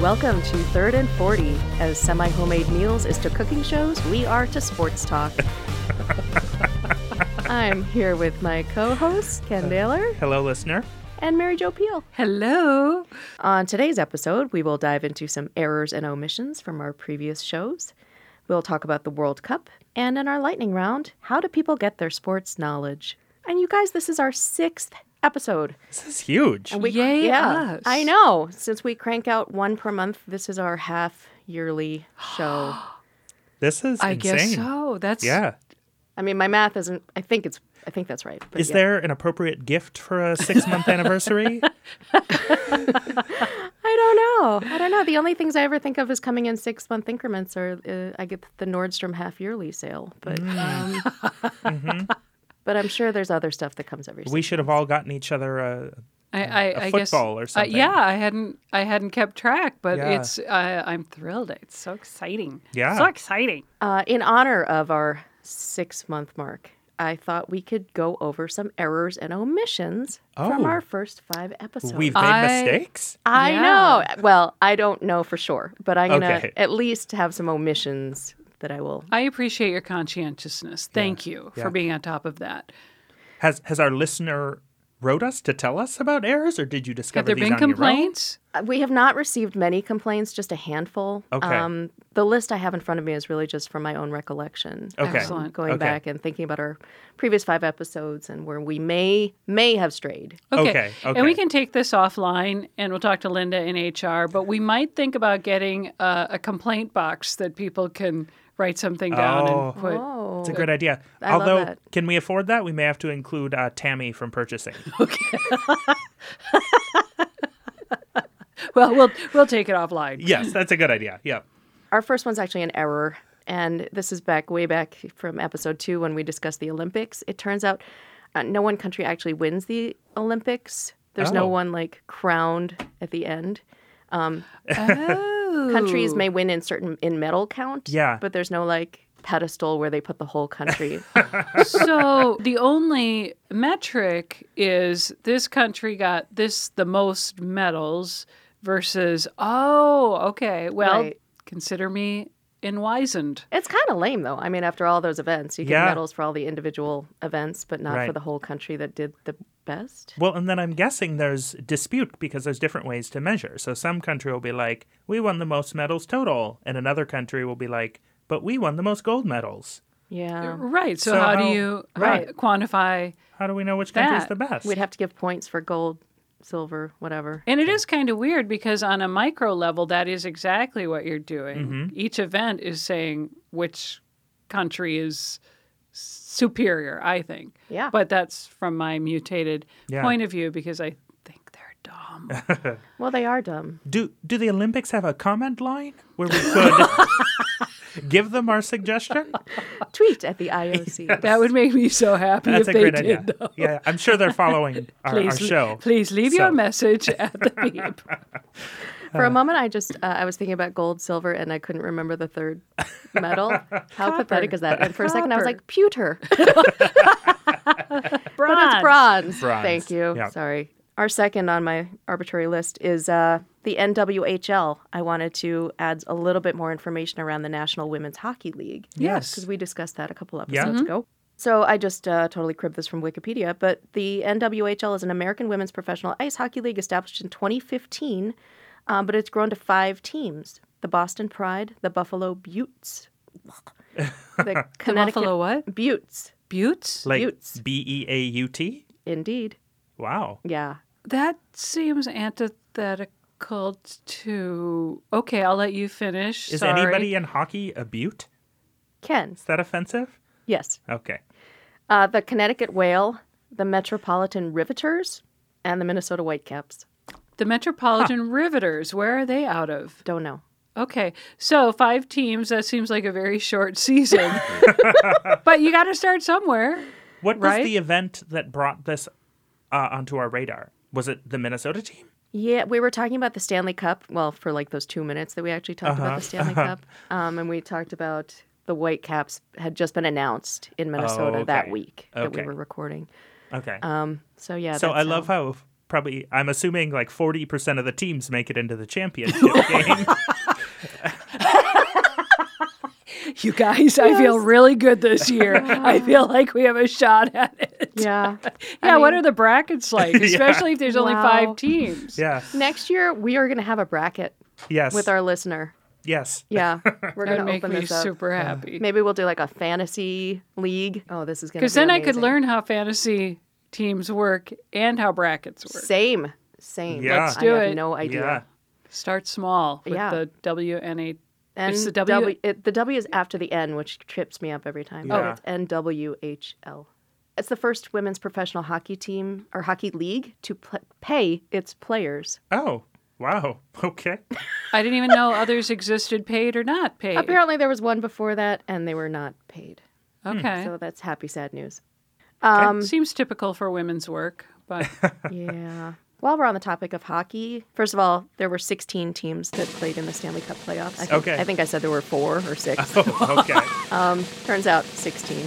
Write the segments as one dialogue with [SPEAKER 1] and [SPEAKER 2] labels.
[SPEAKER 1] Welcome to Third and 40. As semi homemade meals is to cooking shows, we are to sports talk. I'm here with my co hosts, Ken Daler
[SPEAKER 2] Hello, listener.
[SPEAKER 1] and Mary Jo Peel.
[SPEAKER 3] Hello.
[SPEAKER 1] On today's episode, we will dive into some errors and omissions from our previous shows. We'll talk about the World Cup. And in our lightning round, how do people get their sports knowledge? And you guys, this is our sixth episode.
[SPEAKER 2] This is huge.
[SPEAKER 1] And we,
[SPEAKER 3] Yay
[SPEAKER 1] yeah,
[SPEAKER 3] us.
[SPEAKER 1] I know. Since we crank out one per month, this is our half yearly show.
[SPEAKER 2] This is
[SPEAKER 3] I
[SPEAKER 2] insane.
[SPEAKER 3] guess so. That's
[SPEAKER 2] Yeah.
[SPEAKER 1] I mean, my math isn't. I think it's. I think that's right. but
[SPEAKER 2] Is
[SPEAKER 1] yeah.
[SPEAKER 2] there an appropriate gift for a six month anniversary?
[SPEAKER 1] I don't know. I don't know. The only things I ever think of is coming in six month increments, or uh, I get the Nordstrom half yearly sale. But
[SPEAKER 2] Mm.
[SPEAKER 1] um, but I'm sure there's other stuff that comes every.
[SPEAKER 2] Mm-hmm. we
[SPEAKER 1] six-
[SPEAKER 2] should have all gotten each other a.
[SPEAKER 3] I, I,
[SPEAKER 2] A
[SPEAKER 3] I guess,
[SPEAKER 2] football or
[SPEAKER 3] uh,
[SPEAKER 2] something.
[SPEAKER 3] yeah, I hadn't I hadn't kept track, but
[SPEAKER 2] Yeah.
[SPEAKER 3] it's uh, I'm thrilled. It's so exciting.
[SPEAKER 2] Yeah.
[SPEAKER 3] so exciting.
[SPEAKER 1] uh, in honor of our six month mark. I thought we could go over some errors and omissions from
[SPEAKER 2] Oh.
[SPEAKER 1] our first five episodes.
[SPEAKER 2] We've made
[SPEAKER 3] I-
[SPEAKER 2] mistakes.
[SPEAKER 1] I
[SPEAKER 3] Yeah.
[SPEAKER 1] know. Well, I don't know for sure, but I'm gonna
[SPEAKER 2] Okay.
[SPEAKER 1] at least have some omissions that I will.
[SPEAKER 3] I appreciate your conscientiousness. Thank you
[SPEAKER 2] Yeah.
[SPEAKER 3] for being on top of that.
[SPEAKER 2] Has has our listener wrote us to tell us about errors, or did you discover
[SPEAKER 3] Have there
[SPEAKER 2] these
[SPEAKER 3] been
[SPEAKER 2] on your own?
[SPEAKER 3] complaints?
[SPEAKER 1] Uh, We have not received many complaints, just a handful. Um,
[SPEAKER 2] Okay.
[SPEAKER 1] the list I have in front of me is really just from my own recollection. Um,
[SPEAKER 2] Okay.
[SPEAKER 3] Excellent.
[SPEAKER 1] Going
[SPEAKER 2] Okay.
[SPEAKER 1] back and thinking about our previous five episodes and where we may may have strayed.
[SPEAKER 2] Okay,
[SPEAKER 3] And
[SPEAKER 2] okay.
[SPEAKER 3] we can take this offline and we'll talk to Linda in HR, but we might think about getting a, a complaint box that people can write something down
[SPEAKER 2] Oh.
[SPEAKER 3] and put.
[SPEAKER 1] Oh,
[SPEAKER 2] It's a great idea.
[SPEAKER 1] I love
[SPEAKER 2] Although,
[SPEAKER 1] that.
[SPEAKER 2] can we afford that? We may have to include uh, Tammy from purchasing.
[SPEAKER 3] Well, we'll we'll take it offline.
[SPEAKER 2] yes, that's a good idea. Yeah.
[SPEAKER 1] our first one's actually an error, and this is back way back from episode two when we discussed the Olympics. It turns out uh, no one country actually wins the Olympics. There's
[SPEAKER 2] Oh.
[SPEAKER 1] no one like crowned at the end.
[SPEAKER 3] Oh.
[SPEAKER 1] countries may win in certain in medal count.
[SPEAKER 2] Yeah.
[SPEAKER 1] But there's no like pedestal where they put the whole country.
[SPEAKER 3] so the only metric is this country got this the most medals versus oh okay well
[SPEAKER 1] Right.
[SPEAKER 3] consider me enwisened
[SPEAKER 1] it's kind of lame though. I mean, after all those events, you get
[SPEAKER 2] Yeah.
[SPEAKER 1] medals for all the individual events, but not for
[SPEAKER 2] Right.
[SPEAKER 1] the whole country that did the best.
[SPEAKER 2] Well, and then I'm guessing there's dispute because there's different ways to measure. So some country will be like, we won the most medals total. And another country will be like, but we won the most gold medals.
[SPEAKER 1] Yeah.
[SPEAKER 3] right so,
[SPEAKER 2] So
[SPEAKER 3] how, do
[SPEAKER 2] how-
[SPEAKER 3] you how-
[SPEAKER 2] right.
[SPEAKER 3] quantify
[SPEAKER 2] How do we know which country's
[SPEAKER 3] That
[SPEAKER 2] the best?
[SPEAKER 1] We'd have to give points for gold, silver, whatever.
[SPEAKER 3] and it is kind of weird because on a micro level that is exactly what you're doing each event is saying which country is superior i think
[SPEAKER 1] Yeah.
[SPEAKER 3] but that's from my mutated
[SPEAKER 2] Yeah.
[SPEAKER 3] point of view because i think they're dumb
[SPEAKER 1] Well, they are dumb.
[SPEAKER 2] do do the Olympics have a comment line where we could give them our suggestion?
[SPEAKER 1] Tweet at the IOC.
[SPEAKER 3] That would make me so happy
[SPEAKER 2] That's
[SPEAKER 3] if
[SPEAKER 2] a
[SPEAKER 3] they
[SPEAKER 2] great
[SPEAKER 3] did.
[SPEAKER 2] idea.
[SPEAKER 3] though.
[SPEAKER 2] Yeah, I'm sure they're following our, our
[SPEAKER 3] Please, le-
[SPEAKER 2] show.
[SPEAKER 3] please leave
[SPEAKER 2] So-
[SPEAKER 3] your message at the beep.
[SPEAKER 1] For a moment, I just uh, I was thinking about gold, silver, and I couldn't remember the third metal. How pathetic is that? And for a second, I was
[SPEAKER 3] Copper.
[SPEAKER 1] like, pewter.
[SPEAKER 3] Bronze.
[SPEAKER 1] But it's bronze.
[SPEAKER 2] Bronze.
[SPEAKER 1] Thank you.
[SPEAKER 2] Yeah.
[SPEAKER 1] Sorry. Our second on my arbitrary list is uh, the NWHL. I wanted to add a little bit more information around the National Women's Hockey League.
[SPEAKER 2] Yes.
[SPEAKER 1] Because we discussed that a couple
[SPEAKER 2] Yeah.
[SPEAKER 1] episodes ago. So I just uh, totally cribbed this from Wikipedia, but the NWHL is an American women's professional ice hockey league established in 2015, um, but it's grown to five teams the Boston Pride, the Buffalo Buttes, the Connecticut
[SPEAKER 3] Buffalo what?
[SPEAKER 1] Buttes.
[SPEAKER 3] Buttes?
[SPEAKER 2] like
[SPEAKER 1] Buttes.
[SPEAKER 2] B E A U T.
[SPEAKER 1] Indeed.
[SPEAKER 2] Wow.
[SPEAKER 1] Yeah.
[SPEAKER 3] That seems antithetical to. Okay, I'll let you finish.
[SPEAKER 2] Is
[SPEAKER 3] Sorry.
[SPEAKER 2] anybody in hockey a butte?
[SPEAKER 1] Ken.
[SPEAKER 2] Is that offensive?
[SPEAKER 1] Yes.
[SPEAKER 2] Okay.
[SPEAKER 1] Uh, the Connecticut Whale, the Metropolitan Riveters, and the Minnesota Whitecaps.
[SPEAKER 3] The Metropolitan Riveters, where are they out of?
[SPEAKER 1] Don't know.
[SPEAKER 3] Okay, so five teams, that seems like a very short season. but you got to start somewhere.
[SPEAKER 2] What
[SPEAKER 3] Right?
[SPEAKER 2] was the event that brought this uh, onto our radar? Was it the Minnesota team?
[SPEAKER 1] Yeah, we were talking about the Stanley Cup. Well, for like those two minutes that we actually talked
[SPEAKER 2] Uh-huh.
[SPEAKER 1] about the Stanley Cup, um, and we talked about the Whitecaps had just been announced in Minnesota that
[SPEAKER 2] Oh, okay.
[SPEAKER 1] week that we
[SPEAKER 2] Okay.
[SPEAKER 1] were recording.
[SPEAKER 2] Okay.
[SPEAKER 1] Um, so yeah.
[SPEAKER 2] so
[SPEAKER 1] that's
[SPEAKER 2] I love how probably I'm assuming like 40% of the teams make it into the championship game.
[SPEAKER 3] You guys, I feel really good this year. I feel like we have a shot at it.
[SPEAKER 1] Yeah.
[SPEAKER 3] Yeah, what are the brackets like? Especially if there's only
[SPEAKER 1] Wow.
[SPEAKER 3] five teams.
[SPEAKER 2] Yeah.
[SPEAKER 1] Next year we are going to have a bracket
[SPEAKER 2] Yes.
[SPEAKER 1] with our listener.
[SPEAKER 2] yes.
[SPEAKER 1] Yeah, we're going
[SPEAKER 3] That would
[SPEAKER 1] to
[SPEAKER 3] make
[SPEAKER 1] open
[SPEAKER 3] me
[SPEAKER 1] this up.
[SPEAKER 3] super happy.
[SPEAKER 1] Maybe we'll do like a fantasy league. Oh, this is going to
[SPEAKER 3] Because
[SPEAKER 1] be
[SPEAKER 3] then I could
[SPEAKER 1] amazing.
[SPEAKER 3] learn how fantasy teams work and how brackets work.
[SPEAKER 1] Same, same.
[SPEAKER 2] Yeah. Let's
[SPEAKER 3] do
[SPEAKER 1] I have
[SPEAKER 3] it.
[SPEAKER 1] no idea.
[SPEAKER 2] Yeah.
[SPEAKER 3] Start small with
[SPEAKER 1] Yeah.
[SPEAKER 3] the WNA.
[SPEAKER 1] And
[SPEAKER 3] It's the
[SPEAKER 1] the
[SPEAKER 3] W-
[SPEAKER 1] W. it, the W is after the N, which trips me up every time.
[SPEAKER 2] Yeah.
[SPEAKER 1] Oh, it's N W H L. It's the first women's professional hockey team or hockey league to pl- pay its players.
[SPEAKER 2] Oh, wow. Okay.
[SPEAKER 3] I didn't even know others existed, paid or not paid.
[SPEAKER 1] Apparently, there was one before that, and they were not paid.
[SPEAKER 2] Hmm.
[SPEAKER 3] Okay.
[SPEAKER 1] So um, that's happy, sad news.
[SPEAKER 3] Seems typical for women's work, but
[SPEAKER 1] Yeah. While we're on the topic of hockey, first of all, there were 16 teams that played in the Stanley Cup playoffs. I think,
[SPEAKER 2] Okay.
[SPEAKER 1] I think I said there were four or six.
[SPEAKER 2] Oh, okay.
[SPEAKER 1] Turns out 16.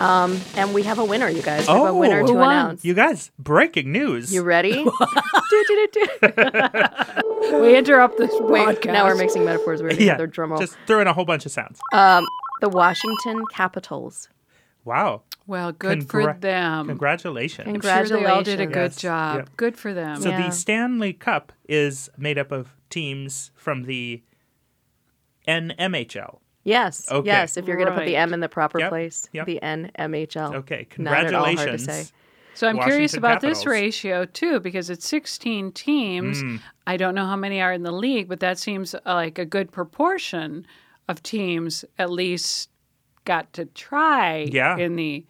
[SPEAKER 1] Um, and we have a winner, you guys. We have
[SPEAKER 2] Oh.
[SPEAKER 1] a winner
[SPEAKER 2] Who
[SPEAKER 1] to
[SPEAKER 3] won?
[SPEAKER 1] announce.
[SPEAKER 2] You guys, breaking news.
[SPEAKER 1] You ready?
[SPEAKER 2] Oh
[SPEAKER 1] Do-do-do-do.
[SPEAKER 3] we interrupt this
[SPEAKER 1] Wait,
[SPEAKER 3] podcast.
[SPEAKER 1] now we're mixing metaphors. We're doing
[SPEAKER 2] yeah.
[SPEAKER 1] another drum roll. Uh,
[SPEAKER 2] Just throw in a whole bunch of sounds.
[SPEAKER 1] The Washington Capitals.
[SPEAKER 2] wow.
[SPEAKER 3] Well, good for
[SPEAKER 2] Congra-
[SPEAKER 3] them.
[SPEAKER 2] Congratulations.
[SPEAKER 3] I'm sure they all did a good
[SPEAKER 2] Yes.
[SPEAKER 3] job.
[SPEAKER 2] Yep.
[SPEAKER 3] Good for them.
[SPEAKER 2] So
[SPEAKER 1] Yeah.
[SPEAKER 2] the Stanley Cup is made up of teams from the NMHL.
[SPEAKER 1] Yes.
[SPEAKER 2] Okay.
[SPEAKER 1] Yes. If you're going to put the
[SPEAKER 3] Right.
[SPEAKER 1] M in the proper
[SPEAKER 2] Yep,
[SPEAKER 1] place,
[SPEAKER 2] yep.
[SPEAKER 1] the NMHL.
[SPEAKER 2] Okay,
[SPEAKER 1] Not at all hard to
[SPEAKER 2] congratulations.
[SPEAKER 1] say.
[SPEAKER 3] So I'm curious
[SPEAKER 2] Washington
[SPEAKER 3] about this
[SPEAKER 2] Capitals. Hmm.
[SPEAKER 3] ratio too, because it's 16 teams. I don't know how many are in the league, but that seems uh, like a good proportion of teams at least got to try
[SPEAKER 2] Yeah.
[SPEAKER 3] in the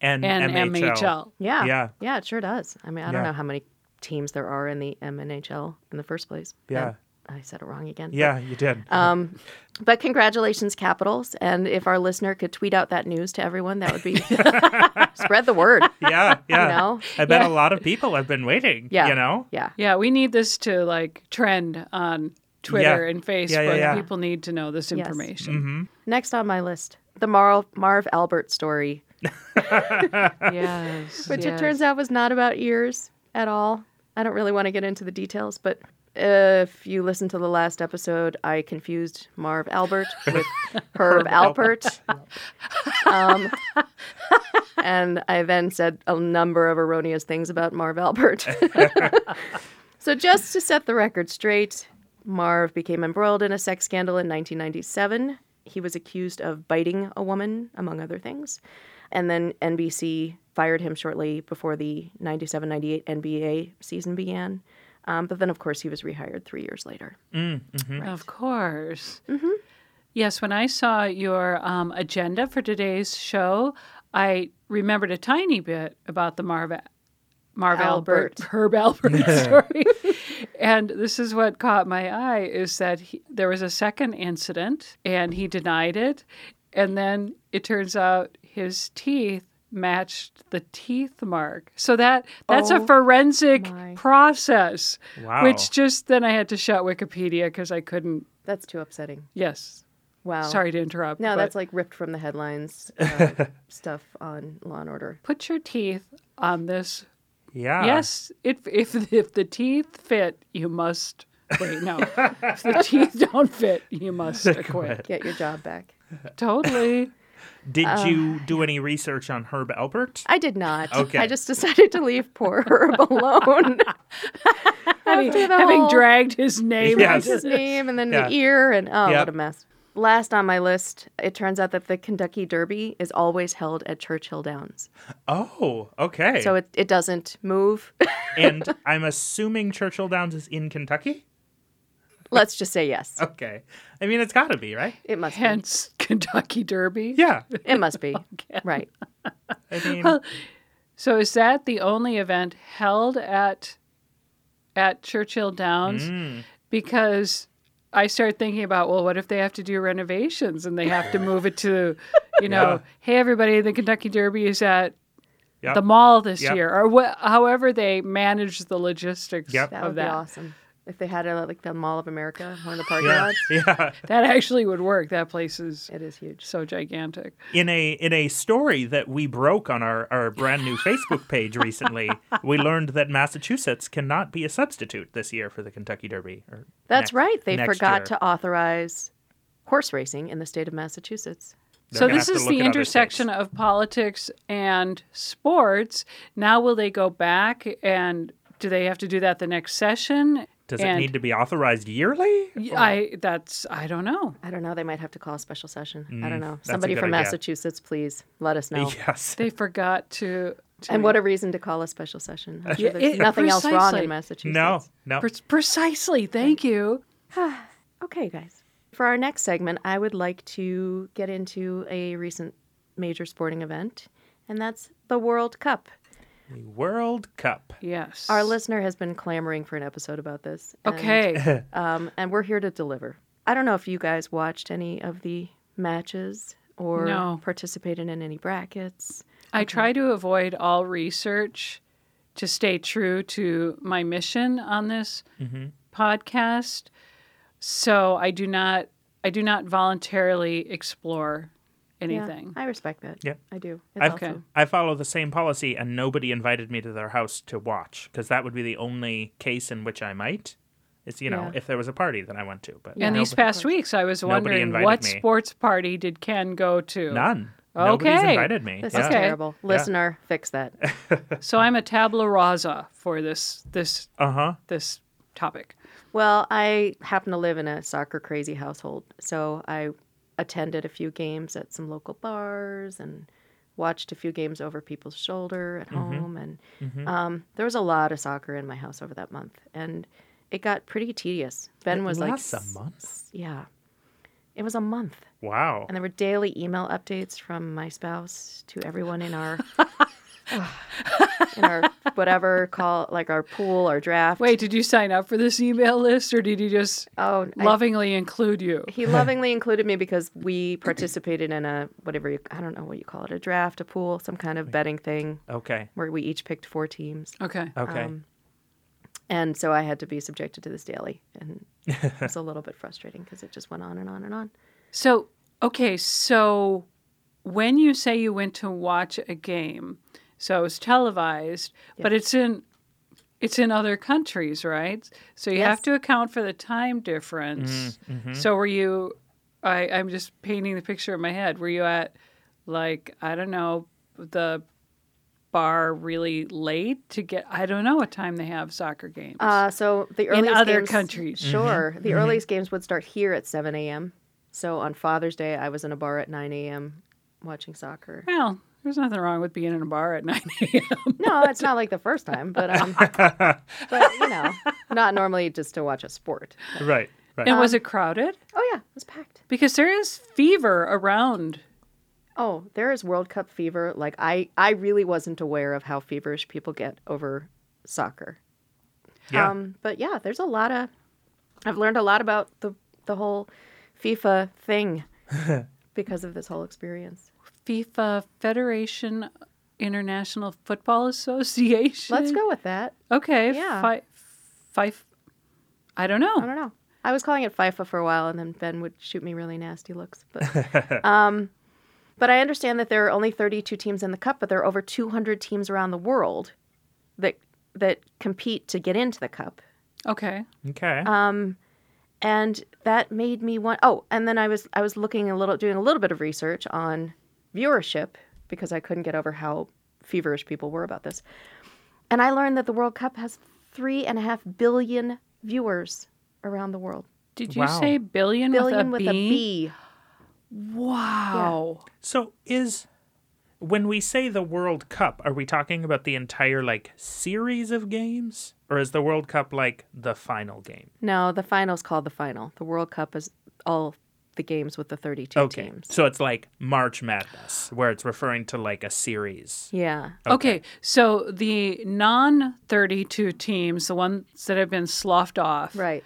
[SPEAKER 2] And
[SPEAKER 3] NMHL.
[SPEAKER 2] MHL.
[SPEAKER 1] Yeah.
[SPEAKER 2] Yeah.
[SPEAKER 1] Yeah, it sure does. I mean, I don't
[SPEAKER 2] Yeah.
[SPEAKER 1] know how many teams there are in the MNHL in the first place.
[SPEAKER 2] Yeah.
[SPEAKER 1] I, I said it wrong again. but-
[SPEAKER 2] Yeah, you did.
[SPEAKER 1] Um, but congratulations, Capitals. And if our listener could tweet out that news to everyone, that would be spread the word.
[SPEAKER 2] yeah, yeah.
[SPEAKER 1] know?
[SPEAKER 2] I bet a lot of people have been waiting.
[SPEAKER 1] Yeah.
[SPEAKER 2] You know?
[SPEAKER 1] Yeah.
[SPEAKER 3] Yeah, we need this to like trend on Twitter and Facebook.
[SPEAKER 2] yeah. Mm-hmm.
[SPEAKER 3] People need to know this information.
[SPEAKER 1] Next on my list, the Marl- Marv Albert story,
[SPEAKER 3] Yes.
[SPEAKER 1] which
[SPEAKER 3] yes.
[SPEAKER 1] it turns out was not about ears at all. I don't really want to get into the details, but if you listen to the last episode, I confused Marv Albert with Herb, Alpert. Um, and I then said a number of erroneous things about Marv Albert. so, just to set the record straight, Marv became embroiled in a sex scandal in 1997. He was accused of biting a woman, among other things. And then NBC fired him shortly before the 97 98 NBA season began. Um, but then, of course, he was rehired three years later.
[SPEAKER 2] Mm, mm-hmm.
[SPEAKER 3] Of course.
[SPEAKER 1] Mm-hmm.
[SPEAKER 3] Yes, when I saw your um, agenda for today's show, I remembered a tiny bit about the Marv, Marv Albert,
[SPEAKER 1] Albert.
[SPEAKER 3] Herb Albert story. and this is what caught my eye is that he, there was a second incident and he denied it. And then it turns out his teeth matched the teeth mark. So that that's a
[SPEAKER 1] Oh
[SPEAKER 3] forensic
[SPEAKER 1] my.
[SPEAKER 3] process.
[SPEAKER 2] Wow.
[SPEAKER 3] Which just then I had to shut Wikipedia because I couldn't.
[SPEAKER 1] That's too upsetting.
[SPEAKER 3] Yes.
[SPEAKER 1] Wow.
[SPEAKER 3] Sorry to interrupt.
[SPEAKER 1] Oh. No,
[SPEAKER 3] but
[SPEAKER 1] that's like ripped from the headlines uh, stuff on Law and Order.
[SPEAKER 3] put your teeth on this.
[SPEAKER 2] Yeah.
[SPEAKER 3] Yes, it, if if the teeth fit, you must. Wait, no. if the teeth don't fit, you must acquit.
[SPEAKER 1] Get your job back.
[SPEAKER 3] Totally.
[SPEAKER 2] Did
[SPEAKER 1] uh,
[SPEAKER 2] you do any research on Herb Alpert?
[SPEAKER 1] I did not.
[SPEAKER 2] Okay.
[SPEAKER 1] I just decided to leave poor Herb alone.
[SPEAKER 3] having,
[SPEAKER 1] After the
[SPEAKER 3] having
[SPEAKER 1] whole-
[SPEAKER 3] dragged his name.
[SPEAKER 2] Yes.
[SPEAKER 1] his name and then
[SPEAKER 2] Yeah.
[SPEAKER 1] the ear and oh,
[SPEAKER 2] Yep.
[SPEAKER 1] what a mess. Last on my list, it turns out that the Kentucky Derby is always held at Churchill Downs.
[SPEAKER 2] Oh, okay.
[SPEAKER 1] So it, it doesn't move.
[SPEAKER 2] and I'm assuming Churchill Downs is in Kentucky?
[SPEAKER 1] Let's just say yes.
[SPEAKER 2] Okay. I mean, it's got to be, right?
[SPEAKER 1] It must be.
[SPEAKER 3] Hence Kentucky Derby.
[SPEAKER 2] Yeah.
[SPEAKER 1] It must be. Right.
[SPEAKER 2] I mean,
[SPEAKER 3] So is that the only event held at at Churchill Downs?
[SPEAKER 2] mm,
[SPEAKER 3] Because I start thinking about, well, what if they have to do renovations and they have to move it to, you know,
[SPEAKER 2] Yeah.
[SPEAKER 3] hey everybody, the Kentucky Derby is at
[SPEAKER 2] Yep.
[SPEAKER 3] the mall this
[SPEAKER 2] Yep.
[SPEAKER 3] year, or wh- however they manage the logistics
[SPEAKER 2] Yep.
[SPEAKER 1] That
[SPEAKER 3] of
[SPEAKER 1] would be
[SPEAKER 3] that.
[SPEAKER 1] awesome. If they had it at, like the Mall of America, one of the parking
[SPEAKER 2] Yeah.
[SPEAKER 1] lots,
[SPEAKER 2] Yeah.
[SPEAKER 3] That actually would work. That place is
[SPEAKER 1] it is huge.
[SPEAKER 3] so gigantic.
[SPEAKER 2] In a in a story that we broke on our, our brand new Facebook page recently, we learned that Massachusetts cannot be a substitute this year for the Kentucky Derby. Or
[SPEAKER 1] That's
[SPEAKER 2] next-
[SPEAKER 1] right. They
[SPEAKER 2] next
[SPEAKER 1] forgot
[SPEAKER 2] year.
[SPEAKER 1] to authorize horse racing in the state of Massachusetts.
[SPEAKER 2] They're
[SPEAKER 3] so
[SPEAKER 2] gonna
[SPEAKER 3] this
[SPEAKER 2] have to
[SPEAKER 3] is
[SPEAKER 2] look
[SPEAKER 3] the
[SPEAKER 2] at other
[SPEAKER 3] intersection
[SPEAKER 2] states.
[SPEAKER 3] of politics and sports. Now will they go back and do they have to do that the next session?
[SPEAKER 2] Does
[SPEAKER 3] and
[SPEAKER 2] it need to be authorized yearly?
[SPEAKER 3] I that's I don't know.
[SPEAKER 1] I don't know. They might have to call a special session. I don't know.
[SPEAKER 2] Mm, that's a
[SPEAKER 1] Somebody
[SPEAKER 2] good
[SPEAKER 1] from
[SPEAKER 2] idea.
[SPEAKER 1] Massachusetts, please let us know.
[SPEAKER 2] Yes.
[SPEAKER 3] They forgot to, to
[SPEAKER 1] And what a reason to call a special session. I'm sure
[SPEAKER 3] Yeah,
[SPEAKER 1] there's
[SPEAKER 3] it-
[SPEAKER 1] nothing else wrong
[SPEAKER 3] precisely.
[SPEAKER 1] in Massachusetts.
[SPEAKER 2] No. No.
[SPEAKER 3] Pre- precisely. Thank you.
[SPEAKER 1] Okay, guys. For our next segment, I would like to get into a recent major sporting event, and that's the World Cup.
[SPEAKER 2] The World Cup.
[SPEAKER 3] Yes.
[SPEAKER 1] Our listener has been clamoring for an episode about this. and,
[SPEAKER 3] Okay.
[SPEAKER 1] um, and we're here to deliver. I don't know if you guys watched any of the matches or
[SPEAKER 3] No.
[SPEAKER 1] participated in any brackets.
[SPEAKER 3] I try to avoid all research to stay true to my mission on this
[SPEAKER 2] Mm-hmm.
[SPEAKER 3] podcast. So I do not I do not voluntarily explore
[SPEAKER 1] Yeah,
[SPEAKER 3] anything.
[SPEAKER 1] I respect that.
[SPEAKER 2] Yep.
[SPEAKER 1] I do. It's
[SPEAKER 2] I've-
[SPEAKER 1] awesome.
[SPEAKER 2] I follow the same policy, and nobody invited me to their house to watch because that would be the only case in which I might. It's you know
[SPEAKER 1] Yeah.
[SPEAKER 2] if there was a party that I went to, but
[SPEAKER 3] And these
[SPEAKER 2] nobo-
[SPEAKER 3] past weeks I was
[SPEAKER 2] Nobody
[SPEAKER 3] wondering
[SPEAKER 2] invited
[SPEAKER 3] what
[SPEAKER 2] me.
[SPEAKER 3] sports party did Ken go to?
[SPEAKER 2] none. Nobody's
[SPEAKER 3] Okay.
[SPEAKER 2] invited me.
[SPEAKER 1] This
[SPEAKER 2] Yeah.
[SPEAKER 1] is
[SPEAKER 3] Okay.
[SPEAKER 1] terrible. Listener, fix that.
[SPEAKER 3] So I'm a tabla rasa for this this
[SPEAKER 2] Uh huh.
[SPEAKER 3] this topic.
[SPEAKER 1] Well, I happen to live in a soccer crazy household, so I attended a few games at some local bars and watched a few games over people's shoulder at home. And um, there was a lot of soccer in my house over that month, and it got pretty tedious. Ben was like,
[SPEAKER 2] lasts a
[SPEAKER 1] "S-
[SPEAKER 2] month?"
[SPEAKER 1] s- Yeah, it was a month,
[SPEAKER 2] Wow.
[SPEAKER 1] and there were daily email updates from my spouse to everyone in our. in our whatever call like our pool our draft
[SPEAKER 3] Wait, did you sign up for this email list or did he just
[SPEAKER 1] oh I-
[SPEAKER 3] lovingly include you?
[SPEAKER 1] He lovingly included me because we participated in a whatever you, I don't know what you call it a draft, a pool, some kind of betting thing
[SPEAKER 2] Okay.
[SPEAKER 1] where we each picked four teams,
[SPEAKER 3] Okay.
[SPEAKER 2] Okay.
[SPEAKER 1] um, and so I had to be subjected to this daily, and it was a little bit frustrating because it just went on and on and on.
[SPEAKER 3] So, okay, so when you say you went to watch a game, so it's televised, but it's in it's in other countries, right? So you
[SPEAKER 1] Yes.
[SPEAKER 3] have to account for the time difference. So were you I, I'm just painting the picture in my head. Were you at like, I don't know, the bar really late to get I don't know what time they have soccer games.
[SPEAKER 1] Uh, so the earliest
[SPEAKER 3] other
[SPEAKER 1] games-
[SPEAKER 3] countries.
[SPEAKER 1] sure, the earliest games would start here at seven a.m. So on Father's Day, I was in a bar at nine a.m. watching soccer.
[SPEAKER 3] well, there's nothing wrong with being in a bar at nine AM.
[SPEAKER 1] No, it's not like the first time, but um, but you know, not normally just to watch a sport.
[SPEAKER 2] Right. Right.
[SPEAKER 3] and was it crowded?
[SPEAKER 1] Oh yeah, it was packed.
[SPEAKER 3] Because there is fever around.
[SPEAKER 1] Oh, there is World Cup fever. Like I, I really wasn't aware of how feverish people get over soccer.
[SPEAKER 2] yeah.
[SPEAKER 1] Um, but yeah, there's a lot of. I've learned a lot about the the whole FIFA thing because of this whole experience.
[SPEAKER 3] FIFA Federation International Football Association.
[SPEAKER 1] Let's go with that.
[SPEAKER 3] Okay.
[SPEAKER 1] Yeah.
[SPEAKER 3] Fi- fi- I don't know.
[SPEAKER 1] I don't know. I was calling it FIFA for a while, and then Ben would shoot me really nasty looks. But, um, but I understand that there are only 32 teams in the cup, but there are over 200 teams around the world that that compete to get into the cup.
[SPEAKER 3] Okay.
[SPEAKER 2] okay.
[SPEAKER 1] uh, and that made me want oh and then i was i was looking a little doing a little bit of research on viewership because i couldn't get over how feverish people were about this and i learned that the world cup has three and a half billion viewers around the world
[SPEAKER 3] Did you
[SPEAKER 2] Wow.
[SPEAKER 3] say billion,
[SPEAKER 1] billion
[SPEAKER 3] with
[SPEAKER 1] with
[SPEAKER 3] a B?
[SPEAKER 1] a b
[SPEAKER 3] Wow.
[SPEAKER 2] so is when we say the World Cup, are we talking about the entire like series of games, or is the World Cup like the final game?
[SPEAKER 1] no the final's called the final the world cup is all the games with the 32
[SPEAKER 2] Okay.
[SPEAKER 1] teams
[SPEAKER 2] So it's like March Madness, where it's referring to like a series.
[SPEAKER 1] yeah
[SPEAKER 3] Okay. So the non 32 teams, the ones that have been sloughed off,
[SPEAKER 1] right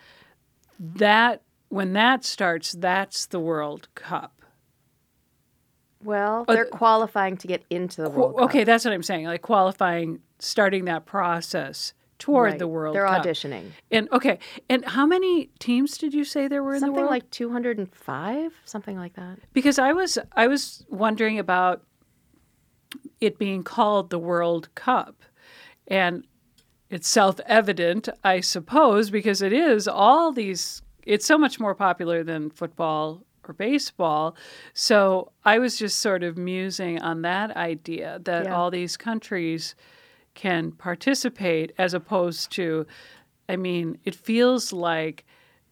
[SPEAKER 3] that when that starts, that's the World Cup.
[SPEAKER 1] well they're qualifying to get into the
[SPEAKER 3] Well,
[SPEAKER 1] world cup
[SPEAKER 3] okay, that's what I'm saying. Like qualifying, starting that process toward
[SPEAKER 1] Right.
[SPEAKER 3] the World
[SPEAKER 1] They're
[SPEAKER 3] Cup.
[SPEAKER 1] auditioning.
[SPEAKER 3] And okay, and how many teams did you say there were in the
[SPEAKER 1] Something
[SPEAKER 3] world?
[SPEAKER 1] like 205, something like that.
[SPEAKER 3] because I was I was wondering about it being called the World Cup, and it's self-evident, I suppose, because it is all these. It's so much more popular than football or baseball. So I was just sort of musing on that idea that
[SPEAKER 1] Yeah.
[SPEAKER 3] all these countries can participate as opposed to, I mean, it feels like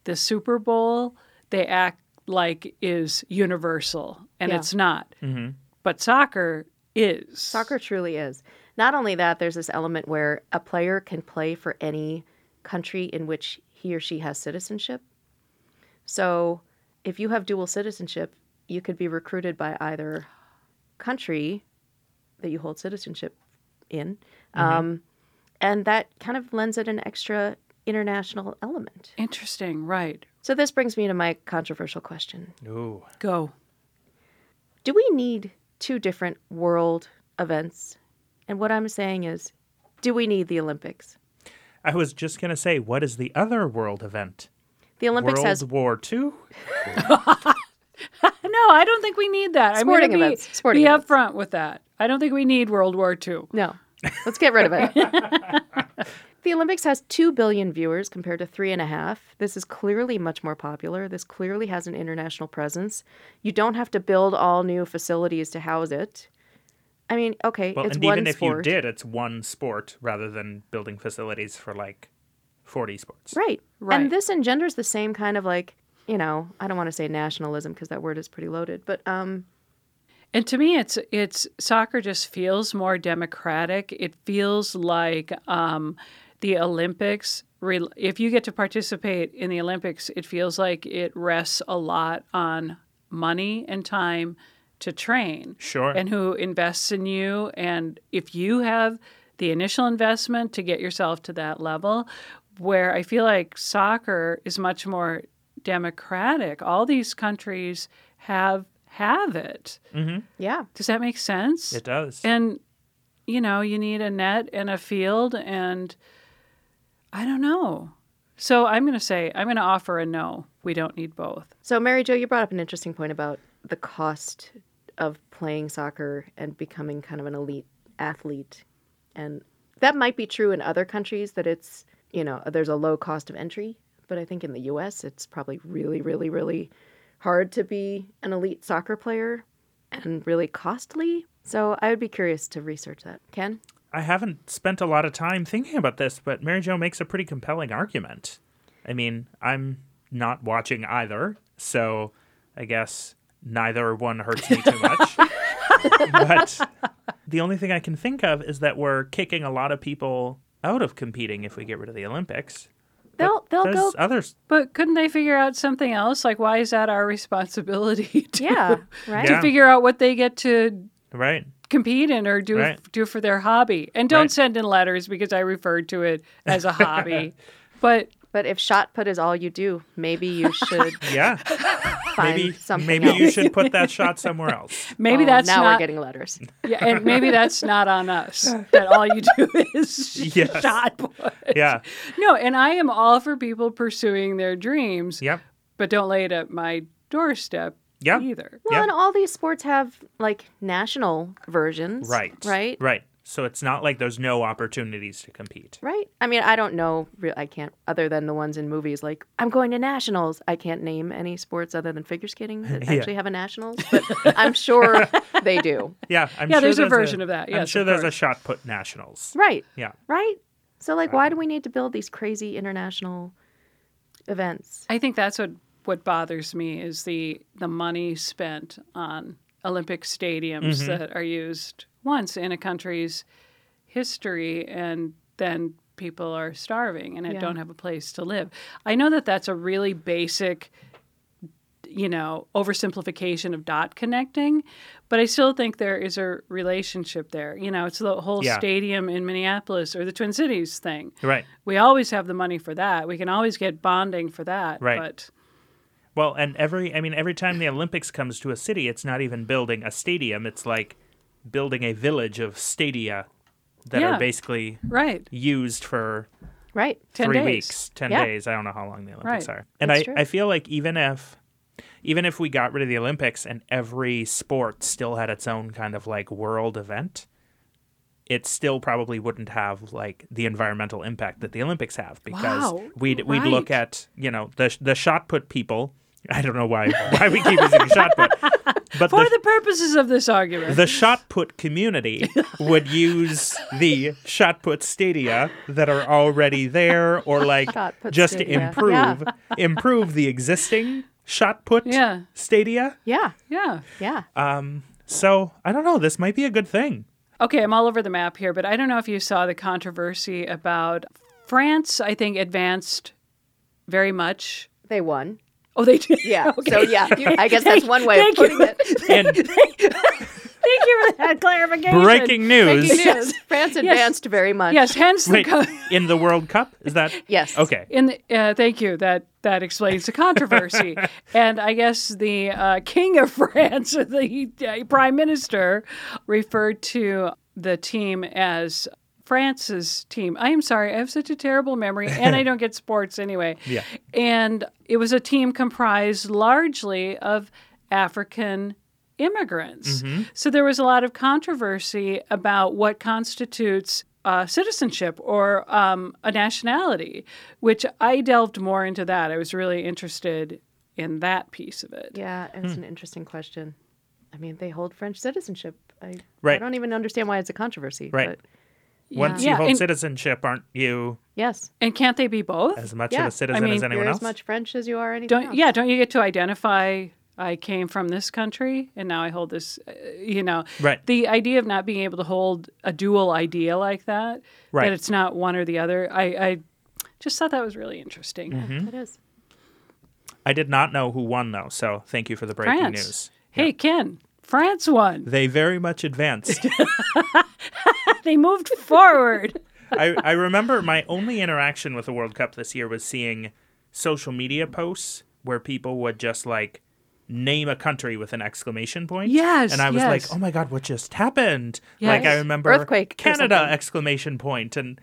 [SPEAKER 3] the Super Bowl they act like is universal and
[SPEAKER 1] Yeah.
[SPEAKER 3] it's not. But soccer is.
[SPEAKER 1] Soccer truly is. Not only that, there's this element where a player can play for any country in which he or she has citizenship. So if you have dual citizenship, you could be recruited by either country that you hold citizenship in. Um, and that kind of lends it an extra international element.
[SPEAKER 3] Interesting, right.
[SPEAKER 1] So this brings me to my controversial question.
[SPEAKER 2] Ooh.
[SPEAKER 3] Go.
[SPEAKER 1] Do we need two different world events? And what I'm saying is, do we need the Olympics?
[SPEAKER 2] I was just going to say, what is the other world event?
[SPEAKER 1] The Olympics
[SPEAKER 2] world
[SPEAKER 1] has
[SPEAKER 2] War II?
[SPEAKER 3] No, I don't think we need that.
[SPEAKER 1] Sporting
[SPEAKER 3] I'm gonna be,
[SPEAKER 1] events. Sporting
[SPEAKER 3] be
[SPEAKER 1] events.
[SPEAKER 3] upfront with that. I don't think we need World War II.
[SPEAKER 1] no. Let's get rid of it. the Olympics has two billion viewers compared to three and a half. This is clearly much more popular. This clearly has an international presence. You don't have to build all new facilities to house it. I mean, okay,
[SPEAKER 2] Well,
[SPEAKER 1] it's
[SPEAKER 2] and
[SPEAKER 1] one
[SPEAKER 2] even if
[SPEAKER 1] sport.
[SPEAKER 2] you did, it's one sport rather than building facilities for like 40 sports.
[SPEAKER 1] Right.
[SPEAKER 3] Right.
[SPEAKER 1] And this engenders the same kind of like, you know, I don't want to say nationalism because that word is pretty loaded, but um
[SPEAKER 3] And to me, it's it's soccer just feels more democratic. It feels like um, the Olympics. rel- If you get to participate in the Olympics, it feels like it rests a lot on money and time to train.
[SPEAKER 2] Sure.
[SPEAKER 3] And who invests in you, and if you have the initial investment to get yourself to that level, where I feel like soccer is much more democratic. All these countries have have it.
[SPEAKER 1] yeah.
[SPEAKER 3] Does that make sense?
[SPEAKER 2] It does.
[SPEAKER 3] And you know, you need a net and a field and I don't know. So I'm going to say I'm going to offer a no. We don't need both.
[SPEAKER 1] So, Mary Jo, you brought up an interesting point about the cost of playing soccer and becoming kind of an elite athlete. And that might be true in other countries that it's, you know, there's a low cost of entry. But I think in the US, it's probably really, really, really hard to be an elite soccer player and really costly. So, I would be curious to research that. Ken?
[SPEAKER 2] I haven't spent a lot of time thinking about this, but Mary Jo makes a pretty compelling argument. I mean, I'm not watching either, so I guess neither one hurts me too much. but the only thing I can think of is that we're kicking a lot of people out of competing if we get rid of the Olympics.
[SPEAKER 1] They'll, they'll
[SPEAKER 2] There's
[SPEAKER 1] go
[SPEAKER 2] others.
[SPEAKER 3] But couldn't they figure out something else? Like why is that our responsibility to
[SPEAKER 1] Yeah, right?
[SPEAKER 3] to
[SPEAKER 2] Yeah.
[SPEAKER 3] figure out what they get to
[SPEAKER 2] Right.
[SPEAKER 3] compete in or do
[SPEAKER 2] Right.
[SPEAKER 3] do for their hobby? And don't
[SPEAKER 2] Right.
[SPEAKER 3] send in letters because I referred to it as a hobby. but
[SPEAKER 1] But if shot put is all you do, maybe you should
[SPEAKER 2] Yeah.
[SPEAKER 1] find
[SPEAKER 2] Maybe
[SPEAKER 1] something
[SPEAKER 2] maybe
[SPEAKER 1] else.
[SPEAKER 2] you should put that shot somewhere else.
[SPEAKER 3] maybe
[SPEAKER 1] Oh,
[SPEAKER 3] that's
[SPEAKER 1] now
[SPEAKER 3] not
[SPEAKER 1] we're getting letters.
[SPEAKER 3] Yeah, and maybe that's not on us. That all you do is
[SPEAKER 2] Yes.
[SPEAKER 3] shot put.
[SPEAKER 2] Yeah.
[SPEAKER 3] No, and I am all for people pursuing their dreams,
[SPEAKER 2] Yep.
[SPEAKER 3] but don't lay it at my doorstep
[SPEAKER 2] Yeah.
[SPEAKER 3] either.
[SPEAKER 1] Well,
[SPEAKER 2] Yeah.
[SPEAKER 1] and all these sports have like national versions.
[SPEAKER 2] Right.
[SPEAKER 1] Right.
[SPEAKER 2] Right. So it's not like there's no opportunities to compete.
[SPEAKER 1] Right. I mean, I don't know. re- I can't, other than the ones in movies, like I'm going to nationals. I can't name any sports other than figure skating that
[SPEAKER 2] Yeah.
[SPEAKER 1] actually have a nationals, but I'm sure they do.
[SPEAKER 2] Yeah, I'm
[SPEAKER 3] Yeah,
[SPEAKER 2] sure
[SPEAKER 3] there's a version of that.
[SPEAKER 2] I'm
[SPEAKER 3] Yes,
[SPEAKER 2] sure
[SPEAKER 3] of
[SPEAKER 2] there's a
[SPEAKER 3] course.
[SPEAKER 2] shot put nationals.
[SPEAKER 1] Right.
[SPEAKER 2] Yeah,
[SPEAKER 1] Right. So, like, why do we need to build these crazy international events?
[SPEAKER 3] I think that's what what bothers me is the the money spent on Olympic stadiums that are used once in a country's history and then people are starving and
[SPEAKER 1] Yeah.
[SPEAKER 3] don't have a place to live. I know that that's a really basic you know, oversimplification of dot connecting, but I still think there is a relationship there. You know, it's the whole
[SPEAKER 2] Yeah.
[SPEAKER 3] stadium in Minneapolis or the Twin Cities thing.
[SPEAKER 2] right.
[SPEAKER 3] We always have the money for that. We can always get bonding for that.
[SPEAKER 2] Right.
[SPEAKER 3] But
[SPEAKER 2] Well, and every I mean every time the Olympics comes to a city, it's not even building a stadium, it's like building a village of stadia that
[SPEAKER 3] Yeah.
[SPEAKER 2] are basically
[SPEAKER 3] Right.
[SPEAKER 2] used for
[SPEAKER 1] Right.
[SPEAKER 3] 10
[SPEAKER 2] three
[SPEAKER 3] days.
[SPEAKER 2] weeks, ten
[SPEAKER 1] Yeah.
[SPEAKER 2] days. I don't know how long the Olympics
[SPEAKER 3] Right.
[SPEAKER 2] are, and
[SPEAKER 1] That's
[SPEAKER 2] I,
[SPEAKER 1] true.
[SPEAKER 2] I feel like even if even if we got rid of the Olympics and every sport still had its own kind of like world event, it still probably wouldn't have like the environmental impact that the Olympics have because
[SPEAKER 3] Wow,
[SPEAKER 2] we'd we'd look
[SPEAKER 3] right.
[SPEAKER 2] at you know the the shot put people. I don't know why why we keep using shot put, but
[SPEAKER 3] For
[SPEAKER 2] the,
[SPEAKER 3] the purposes of this argument.
[SPEAKER 2] the shot put community would use the shot put stadia that are already there or like
[SPEAKER 1] Shot put
[SPEAKER 2] just to
[SPEAKER 1] stadia.
[SPEAKER 2] improve
[SPEAKER 1] Yeah.
[SPEAKER 2] improve the existing shot put
[SPEAKER 3] Yeah.
[SPEAKER 2] stadia Um,
[SPEAKER 1] Yeah.
[SPEAKER 3] yeah.
[SPEAKER 1] Yeah.
[SPEAKER 2] so i don't know this might be a good thing
[SPEAKER 3] Okay, I'm all over the map here, but I don't know if you saw the controversy about France, I think, advanced very much.
[SPEAKER 1] they won.
[SPEAKER 3] Oh, they did.
[SPEAKER 1] Yeah.
[SPEAKER 3] Okay.
[SPEAKER 1] So yeah, I guess that's one way of
[SPEAKER 3] Thank
[SPEAKER 1] putting
[SPEAKER 3] you.
[SPEAKER 1] it.
[SPEAKER 2] and
[SPEAKER 3] Thank you for that clarification.
[SPEAKER 2] breaking news
[SPEAKER 3] Breaking news.
[SPEAKER 1] Yes, France advanced very much.
[SPEAKER 3] Yes, hence
[SPEAKER 2] wait
[SPEAKER 3] the co-
[SPEAKER 2] in the world cup is that
[SPEAKER 1] Yes.
[SPEAKER 2] okay
[SPEAKER 3] in the, uh, thank you that that explains the controversy. and I guess the uh, king of France, the uh, prime minister, referred to the team as France's team. I am sorry, I have such a terrible memory, and I don't get sports anyway.
[SPEAKER 2] Yeah.
[SPEAKER 3] And it was a team comprised largely of African immigrants.
[SPEAKER 2] Mm-hmm.
[SPEAKER 3] So there was a lot of controversy about what constitutes uh, citizenship or um, a nationality, which I delved more into that. I was really interested in that piece of it.
[SPEAKER 1] Yeah, it's
[SPEAKER 2] Hmm.
[SPEAKER 1] an interesting question. I mean, they hold French citizenship. I, I
[SPEAKER 2] Right.
[SPEAKER 1] don't even understand why it's a controversy.
[SPEAKER 2] Right.
[SPEAKER 1] But
[SPEAKER 2] once
[SPEAKER 3] Yeah,
[SPEAKER 2] you hold
[SPEAKER 3] and-
[SPEAKER 2] citizenship aren't you
[SPEAKER 1] yes,
[SPEAKER 3] And can't they be both?
[SPEAKER 2] as much
[SPEAKER 1] Yeah,
[SPEAKER 2] of
[SPEAKER 1] I
[SPEAKER 2] a citizen
[SPEAKER 3] mean,
[SPEAKER 2] as
[SPEAKER 3] there
[SPEAKER 2] anyone
[SPEAKER 1] you're
[SPEAKER 2] else
[SPEAKER 1] as much French as you are anything
[SPEAKER 3] don't
[SPEAKER 1] else.
[SPEAKER 3] yeah don't you get to identify i came from this country and now i hold this uh, you know
[SPEAKER 2] Right.
[SPEAKER 3] the idea of not being able to hold a dual idea like that
[SPEAKER 2] Right.
[SPEAKER 3] that it's not one or the other i, I just thought that was really interesting
[SPEAKER 2] Mm-hmm. Hmm?
[SPEAKER 1] It is.
[SPEAKER 2] i did not know who won though so thank you for the breaking
[SPEAKER 3] france
[SPEAKER 2] news
[SPEAKER 3] hey ken france won
[SPEAKER 2] they very much advanced
[SPEAKER 3] they moved forward
[SPEAKER 2] I, I remember my only interaction with the World Cup this year was seeing social media posts where people would just like name a country with an exclamation point.
[SPEAKER 3] Yes,
[SPEAKER 2] And I was
[SPEAKER 3] yes.
[SPEAKER 2] like, oh my God, what just happened? Like, I
[SPEAKER 3] Yes.
[SPEAKER 2] remember
[SPEAKER 1] Earthquake or
[SPEAKER 2] Canada
[SPEAKER 1] something.
[SPEAKER 2] exclamation point, And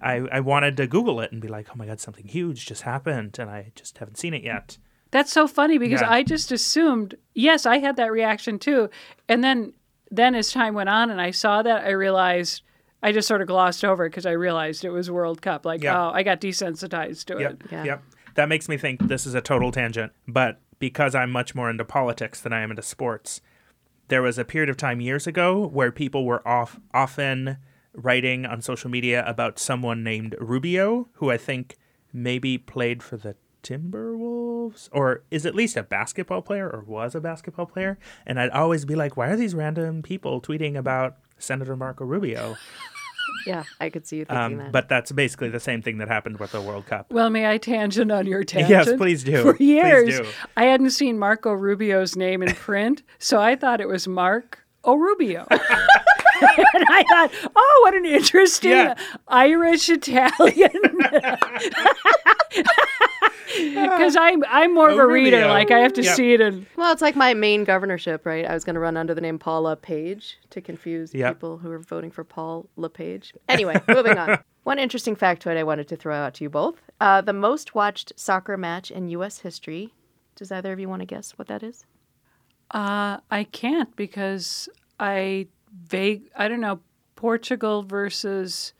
[SPEAKER 2] I, I wanted to Google it and be like, oh my God, something huge just happened. And I just haven't seen it yet.
[SPEAKER 3] That's so funny because
[SPEAKER 2] Yeah.
[SPEAKER 3] I just assumed, yes, I had that reaction too. And then then as time went on and I saw that, I realized I just sort of glossed over it because I realized it was World Cup. Like,
[SPEAKER 2] Yeah.
[SPEAKER 3] oh, I got desensitized to it.
[SPEAKER 2] Yep.
[SPEAKER 1] Yeah.
[SPEAKER 2] Yep. That makes me think this is a total tangent, but because I'm much more into politics than I am into sports, there was a period of time years ago where people were off often writing on social media about someone named Rubio, who I think maybe played for the Timberwolves or is at least a basketball player or was a basketball player. And I'd always be like, why are these random people tweeting about Senator Marco Rubio?
[SPEAKER 1] Yeah, I could see you thinking
[SPEAKER 2] Um,
[SPEAKER 1] that.
[SPEAKER 2] but that's basically the same thing that happened with the World Cup.
[SPEAKER 3] Well, may I tangent on your tangent?
[SPEAKER 2] please do.
[SPEAKER 3] For
[SPEAKER 2] Please
[SPEAKER 3] years,
[SPEAKER 2] do.
[SPEAKER 3] I hadn't seen Marco Rubio's name in print, so I thought it was Mark O'Rubio. and I thought, oh, what an interesting
[SPEAKER 2] Yeah.
[SPEAKER 3] Irish Italian. Because I'm I'm more of a reader,
[SPEAKER 2] O'Rubio.
[SPEAKER 3] like I have to
[SPEAKER 2] Yep.
[SPEAKER 3] see it in.
[SPEAKER 1] well, it's like my Maine governorship, right? I was going to run under the name Paula Page to confuse
[SPEAKER 2] Yep.
[SPEAKER 1] people who are voting for Paul LePage. Anyway, moving on. One interesting factoid I wanted to throw out to you both: uh, the most watched soccer match in U.S. history. Does either of you want to guess what that is?
[SPEAKER 3] Uh, I can't because I vague. I don't know Portugal versus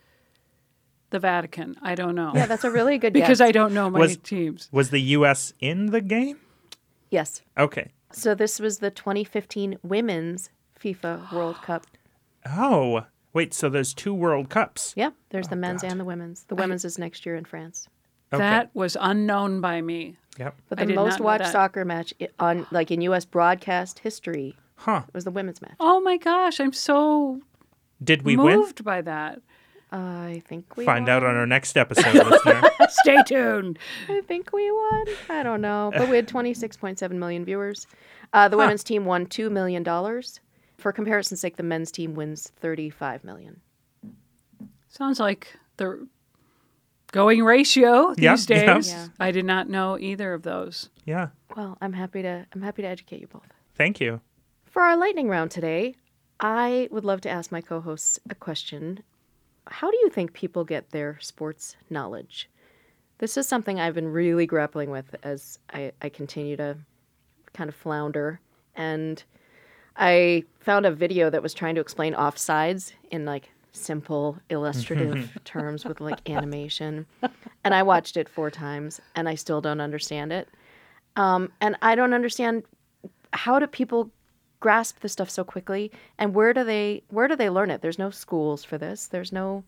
[SPEAKER 3] the Vatican. I don't know
[SPEAKER 1] Yeah, that's a really good
[SPEAKER 3] because
[SPEAKER 1] guess.
[SPEAKER 3] I don't know my
[SPEAKER 2] Was-
[SPEAKER 3] teams.
[SPEAKER 2] Was the U.S. in the game?
[SPEAKER 1] yes.
[SPEAKER 2] Okay.
[SPEAKER 1] So this was the 2015 Women's FIFA World Cup.
[SPEAKER 2] Oh, wait. So there's two World Cups.
[SPEAKER 1] Yeah, there's the men's and the women's. The women's is next year in France.
[SPEAKER 2] Okay.
[SPEAKER 3] That was unknown by me.
[SPEAKER 2] Yep.
[SPEAKER 1] But
[SPEAKER 3] I
[SPEAKER 1] the
[SPEAKER 3] did not
[SPEAKER 1] most
[SPEAKER 3] know
[SPEAKER 1] watched
[SPEAKER 3] that.
[SPEAKER 1] soccer match i- on like in U.S. broadcast history
[SPEAKER 2] Huh.
[SPEAKER 1] was the women's match.
[SPEAKER 3] Oh my gosh, I'm so
[SPEAKER 2] Did we
[SPEAKER 3] moved by that.
[SPEAKER 1] I think we
[SPEAKER 2] win? Find
[SPEAKER 1] won.
[SPEAKER 2] out on our next episode. listener.
[SPEAKER 3] Stay tuned.
[SPEAKER 1] I think we won. I don't know, but we had 26.7 million viewers. Uh, the women's team won two million dollars. For comparison's sake, the men's team wins 35 million.
[SPEAKER 3] Sounds like the going ratio
[SPEAKER 2] Yeah,
[SPEAKER 3] these
[SPEAKER 2] yeah.
[SPEAKER 3] days.
[SPEAKER 1] Yeah.
[SPEAKER 3] I did not know either of those.
[SPEAKER 2] Yeah.
[SPEAKER 1] Well, I'm happy to I'm happy to educate you both.
[SPEAKER 2] Thank you.
[SPEAKER 1] For our lightning round today, I would love to ask my co hosts a question How do you think people get their sports knowledge? This is something I've been really grappling with as I, I continue to kind of flounder. And I found a video that was trying to explain offsides in like simple, illustrative terms with like animation. And I watched it four times and I still don't understand it. Um, and I don't understand how do people grasp this stuff so quickly and where do they where do they learn it? There's no schools for this. There's no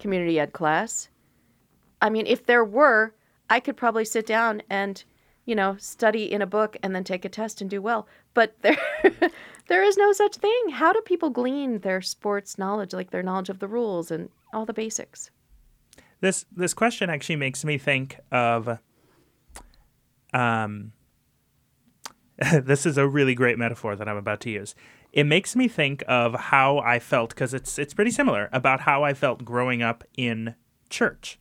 [SPEAKER 1] community ed class. I mean, if there were, I could probably sit down and you know, study in a book and then take a test and do well. But there there is no such thing. How do people glean their sports knowledge, like their knowledge of the rules and all the basics?
[SPEAKER 2] This this question actually makes me think of um this is a really great metaphor that I'm about to use. It makes me think of how I felt cuz it's it's pretty similar about how I felt growing up in church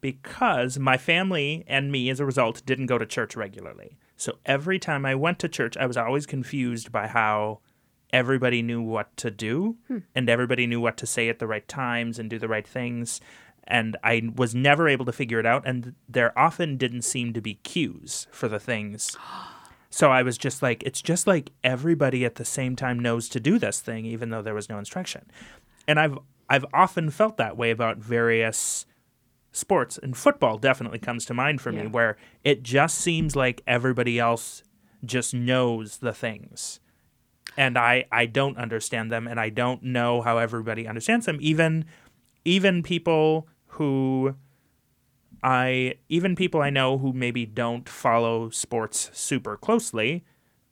[SPEAKER 2] because my family and me, as a result, didn't go to church regularly. So every time I went to church, I was always confused by how everybody knew what to do and everybody knew what to say at the right times and do the right things. And I was never able to figure it out. And there often didn't seem to be cues for the things. So I was just like, it's just like everybody at the same time knows to do this thing, even though there was no instruction. And I've I've often felt that way about various sports and football definitely comes to mind for me
[SPEAKER 1] Yeah.
[SPEAKER 2] where it just seems like everybody else just knows the things and I I don't understand them and I don't know how everybody understands them even even people who I even people I know who maybe don't follow sports super closely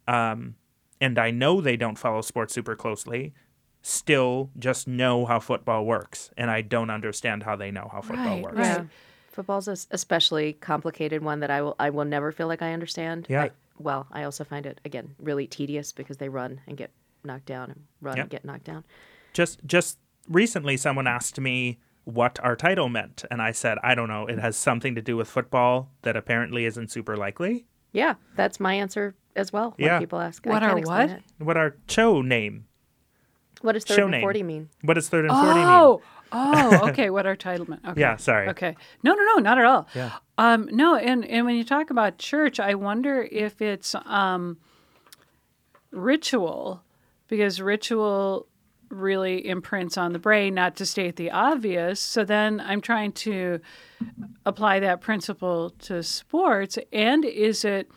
[SPEAKER 2] um and I know they don't follow sports super closely still just know how football works and I don't understand how they know how football
[SPEAKER 3] Right,
[SPEAKER 2] works.
[SPEAKER 3] right.
[SPEAKER 1] Yeah. Football's a s- especially complicated one that I will I will never feel like I understand.
[SPEAKER 2] Yeah.
[SPEAKER 1] I- well, I also find it again really tedious because they run and get knocked down and run
[SPEAKER 2] Yeah.
[SPEAKER 1] and get knocked down.
[SPEAKER 2] just just recently someone asked me what our title meant and i said i don't know it has something to do with football that apparently isn't super likely
[SPEAKER 1] Yeah, that's my answer as well. When
[SPEAKER 2] Yeah.
[SPEAKER 1] people ask, I
[SPEAKER 3] What
[SPEAKER 1] can't
[SPEAKER 3] are
[SPEAKER 1] explain
[SPEAKER 3] what?
[SPEAKER 1] it.
[SPEAKER 2] what our show name
[SPEAKER 1] What does third
[SPEAKER 2] show
[SPEAKER 1] and
[SPEAKER 2] name
[SPEAKER 1] forty mean?
[SPEAKER 2] what does third and 40 mean
[SPEAKER 3] Oh, oh, okay. What our title meant. Okay.
[SPEAKER 2] Yeah, sorry.
[SPEAKER 3] Okay. No, no, no, not at all. Yeah. Um, no, and and when you talk about church, I wonder if it's um, ritual, because ritual really imprints on the brain. Not to state the obvious. So then I'm trying to apply that principle to sports, and is it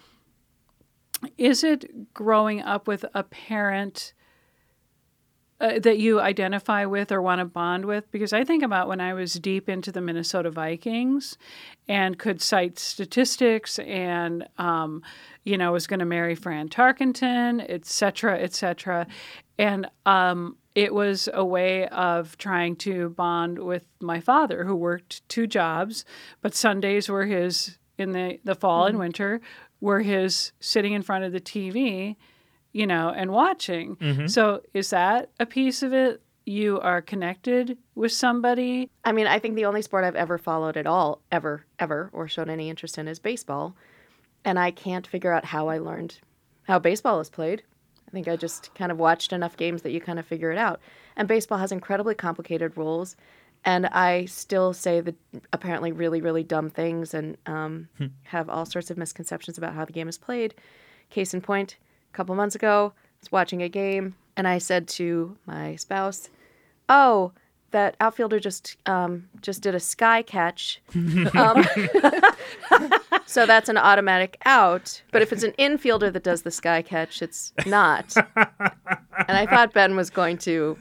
[SPEAKER 3] is it growing up with a parent? uh, that you identify with or want to bond with? Because I think about when I was deep into the Minnesota Vikings and could cite statistics and, um, you know, was going to marry Fran Tarkenton, et cetera, et cetera. And um, it was a way of trying to bond with my father, who worked two jobs, but Sundays were his, in the, the fall and winter, were his sitting in front of the TV you know, and watching. So is that a piece of it? You are connected with somebody.
[SPEAKER 1] I mean, I think the only sport I've ever followed at all, ever, ever, or shown any interest in is baseball. And I can't figure out how I learned how baseball is played. I think I just kind of watched enough games that you kind of figure it out. And baseball has incredibly complicated rules. And I still say the apparently really, really dumb things and um, have all sorts of misconceptions about how the game is played. Case in point, a couple months ago, I was watching a game and I said to my spouse, oh, that outfielder just um, just did a sky catch. um, so that's an automatic out. But if it's an infielder that does the sky catch, it's not. and I thought Ben was going to,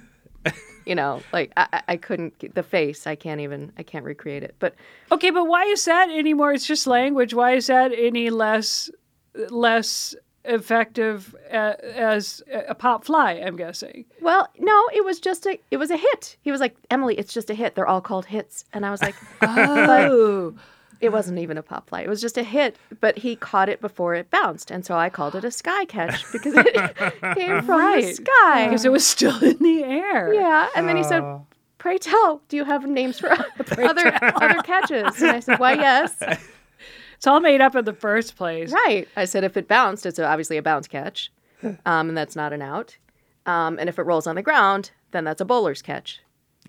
[SPEAKER 1] you know, like I, I- I couldn't the face. I can't even. I can't recreate it. But
[SPEAKER 3] Okay, but why is that anymore? It's just language. Why is that any less less effective a- as a pop fly? I'm guessing.
[SPEAKER 1] Well, no, it was just a it was a hit. He was like, Emily, it's just a hit. They're all called hits. And I was like,
[SPEAKER 3] Oh,
[SPEAKER 1] it wasn't even a pop fly. It was just a hit, but he caught it before it bounced. And so I called it a sky catch because it came from the
[SPEAKER 3] Right.
[SPEAKER 1] sky.
[SPEAKER 3] because it was still in the air.
[SPEAKER 1] Yeah. And then he said, Pray tell, do you have names for other other catches? And I said, Why yes.
[SPEAKER 3] It's all made up in the first place.
[SPEAKER 1] Right. I said if it bounced, it's obviously a bounce catch, um, and that's not an out. Um, and if it rolls on the ground, then that's a bowler's catch.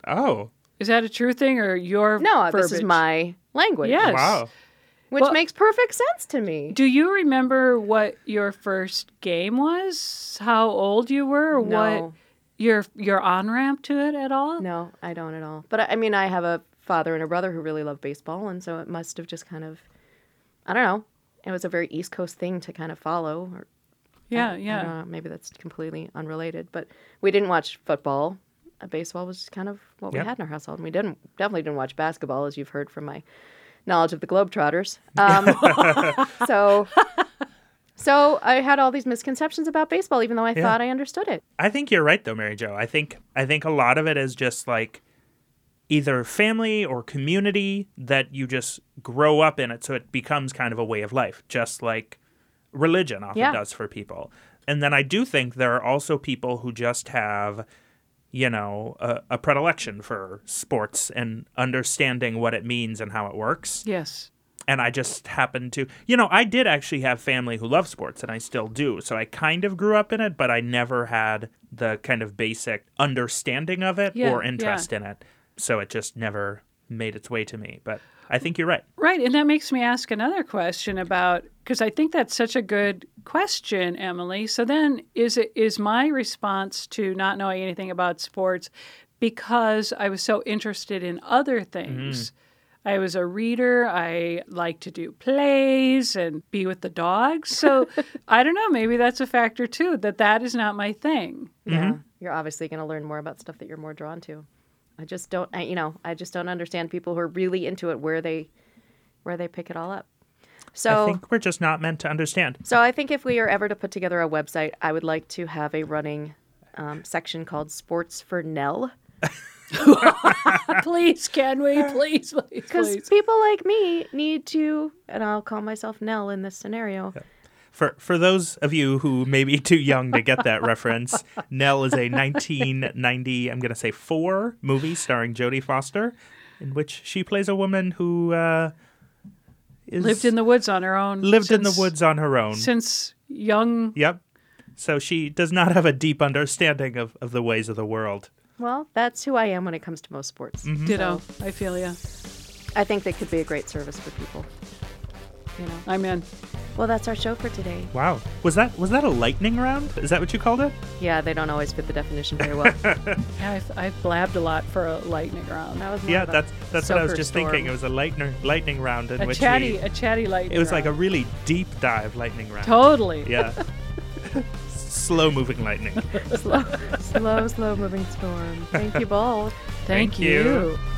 [SPEAKER 2] Oh,
[SPEAKER 3] Is that a true thing or your
[SPEAKER 1] No,
[SPEAKER 3] verbiage?
[SPEAKER 1] this is my language.
[SPEAKER 3] Yes.
[SPEAKER 2] wow.
[SPEAKER 1] Which
[SPEAKER 3] Well-
[SPEAKER 1] makes perfect sense to me.
[SPEAKER 3] Do you remember what your first game was? How old you were? Or What
[SPEAKER 1] No.
[SPEAKER 3] your your on ramp to it at all?
[SPEAKER 1] No, I don't at all. But I I mean, I have a father and a brother who really love baseball, and so it must have just kind of, I don't know. It was a very East Coast thing to kind of follow. Or,
[SPEAKER 3] Yeah,
[SPEAKER 1] I
[SPEAKER 3] yeah.
[SPEAKER 1] don't know, maybe that's completely unrelated, but we didn't watch football. Uh, Baseball was just kind of what
[SPEAKER 2] Yep.
[SPEAKER 1] we had in our household, and we didn't definitely didn't watch basketball, as you've heard from my knowledge of the Globetrotters. Um, so, so I had all these misconceptions about baseball, even though I thought I understood it.
[SPEAKER 2] I think you're right though, Mary Jo. I think I think a lot of it is just like either family or community that you just grow up in it so it becomes kind of a way of life, just like religion often
[SPEAKER 1] Yeah.
[SPEAKER 2] does for people. And then I do think there are also people who just have you know, a, a predilection for sports and understanding what it means and how it works
[SPEAKER 3] Yes.
[SPEAKER 2] and I just happened to, you know, I did actually have family who love sports, and I still do. So I kind of grew up in it, but I never had the kind of basic understanding of it
[SPEAKER 3] Yeah,
[SPEAKER 2] or interest in it. So it just never made its way to me. But I think you're right.
[SPEAKER 3] Right, and that makes me ask another question about because I think that's such a good question, Emily. So then is it is my response to not knowing anything about sports because I was so interested in other things.
[SPEAKER 2] Mm-hmm.
[SPEAKER 3] I was a reader, I like to do plays and be with the dogs. So I don't know, maybe that's a factor too that that is not my thing.
[SPEAKER 2] Mm-hmm.
[SPEAKER 1] Yeah, you're obviously going to learn more about stuff that you're more drawn to. I just don't, I, you know, I just don't understand people who are really into it where they, where they pick it all up. So,
[SPEAKER 3] Oh.
[SPEAKER 2] I think we're just not meant to understand.
[SPEAKER 1] so I think if we are ever to put together a website, I would like to have a running um, section called Sports for Nell
[SPEAKER 3] please, can we? Please, please,
[SPEAKER 1] because
[SPEAKER 3] please.
[SPEAKER 1] people like me need to, and I'll call myself Nell in this scenario.
[SPEAKER 2] For for those of you who may be too young to get that reference, Nell is a 1990, I'm going to say four movie starring Jodie Foster, in which she plays a woman who uh, is
[SPEAKER 3] Lived in the woods on her own.
[SPEAKER 2] lived in the
[SPEAKER 3] since-
[SPEAKER 2] woods on her own.
[SPEAKER 3] since young
[SPEAKER 2] Yep. So she does not have a deep understanding of, of the ways of the world.
[SPEAKER 1] Well, that's who I am when it comes to most sports.
[SPEAKER 3] ditto i feel you
[SPEAKER 1] I think that could be a great service for people. You know.
[SPEAKER 3] i'm in
[SPEAKER 1] Well, that's our show for today.
[SPEAKER 2] Wow. Was that was that a lightning round? Is that what you called it?
[SPEAKER 1] Yeah, they don't always fit the definition very well.
[SPEAKER 3] yeah, I've, I've blabbed a lot for a lightning round
[SPEAKER 1] That was more
[SPEAKER 2] Yeah,
[SPEAKER 1] of a-
[SPEAKER 2] that's that's what I was
[SPEAKER 3] Soaker
[SPEAKER 2] just
[SPEAKER 3] storm.
[SPEAKER 2] thinking. It was a lightning lightning round in
[SPEAKER 3] a
[SPEAKER 2] which
[SPEAKER 3] chatty
[SPEAKER 2] we,
[SPEAKER 3] a chatty lightning
[SPEAKER 2] it was like a
[SPEAKER 3] round.
[SPEAKER 2] really deep dive lightning round.
[SPEAKER 3] totally
[SPEAKER 2] Yeah. Slow moving lightning.
[SPEAKER 1] slow, slow, slow moving storm. Thank you both.
[SPEAKER 3] thank,
[SPEAKER 2] Thank you.
[SPEAKER 3] you.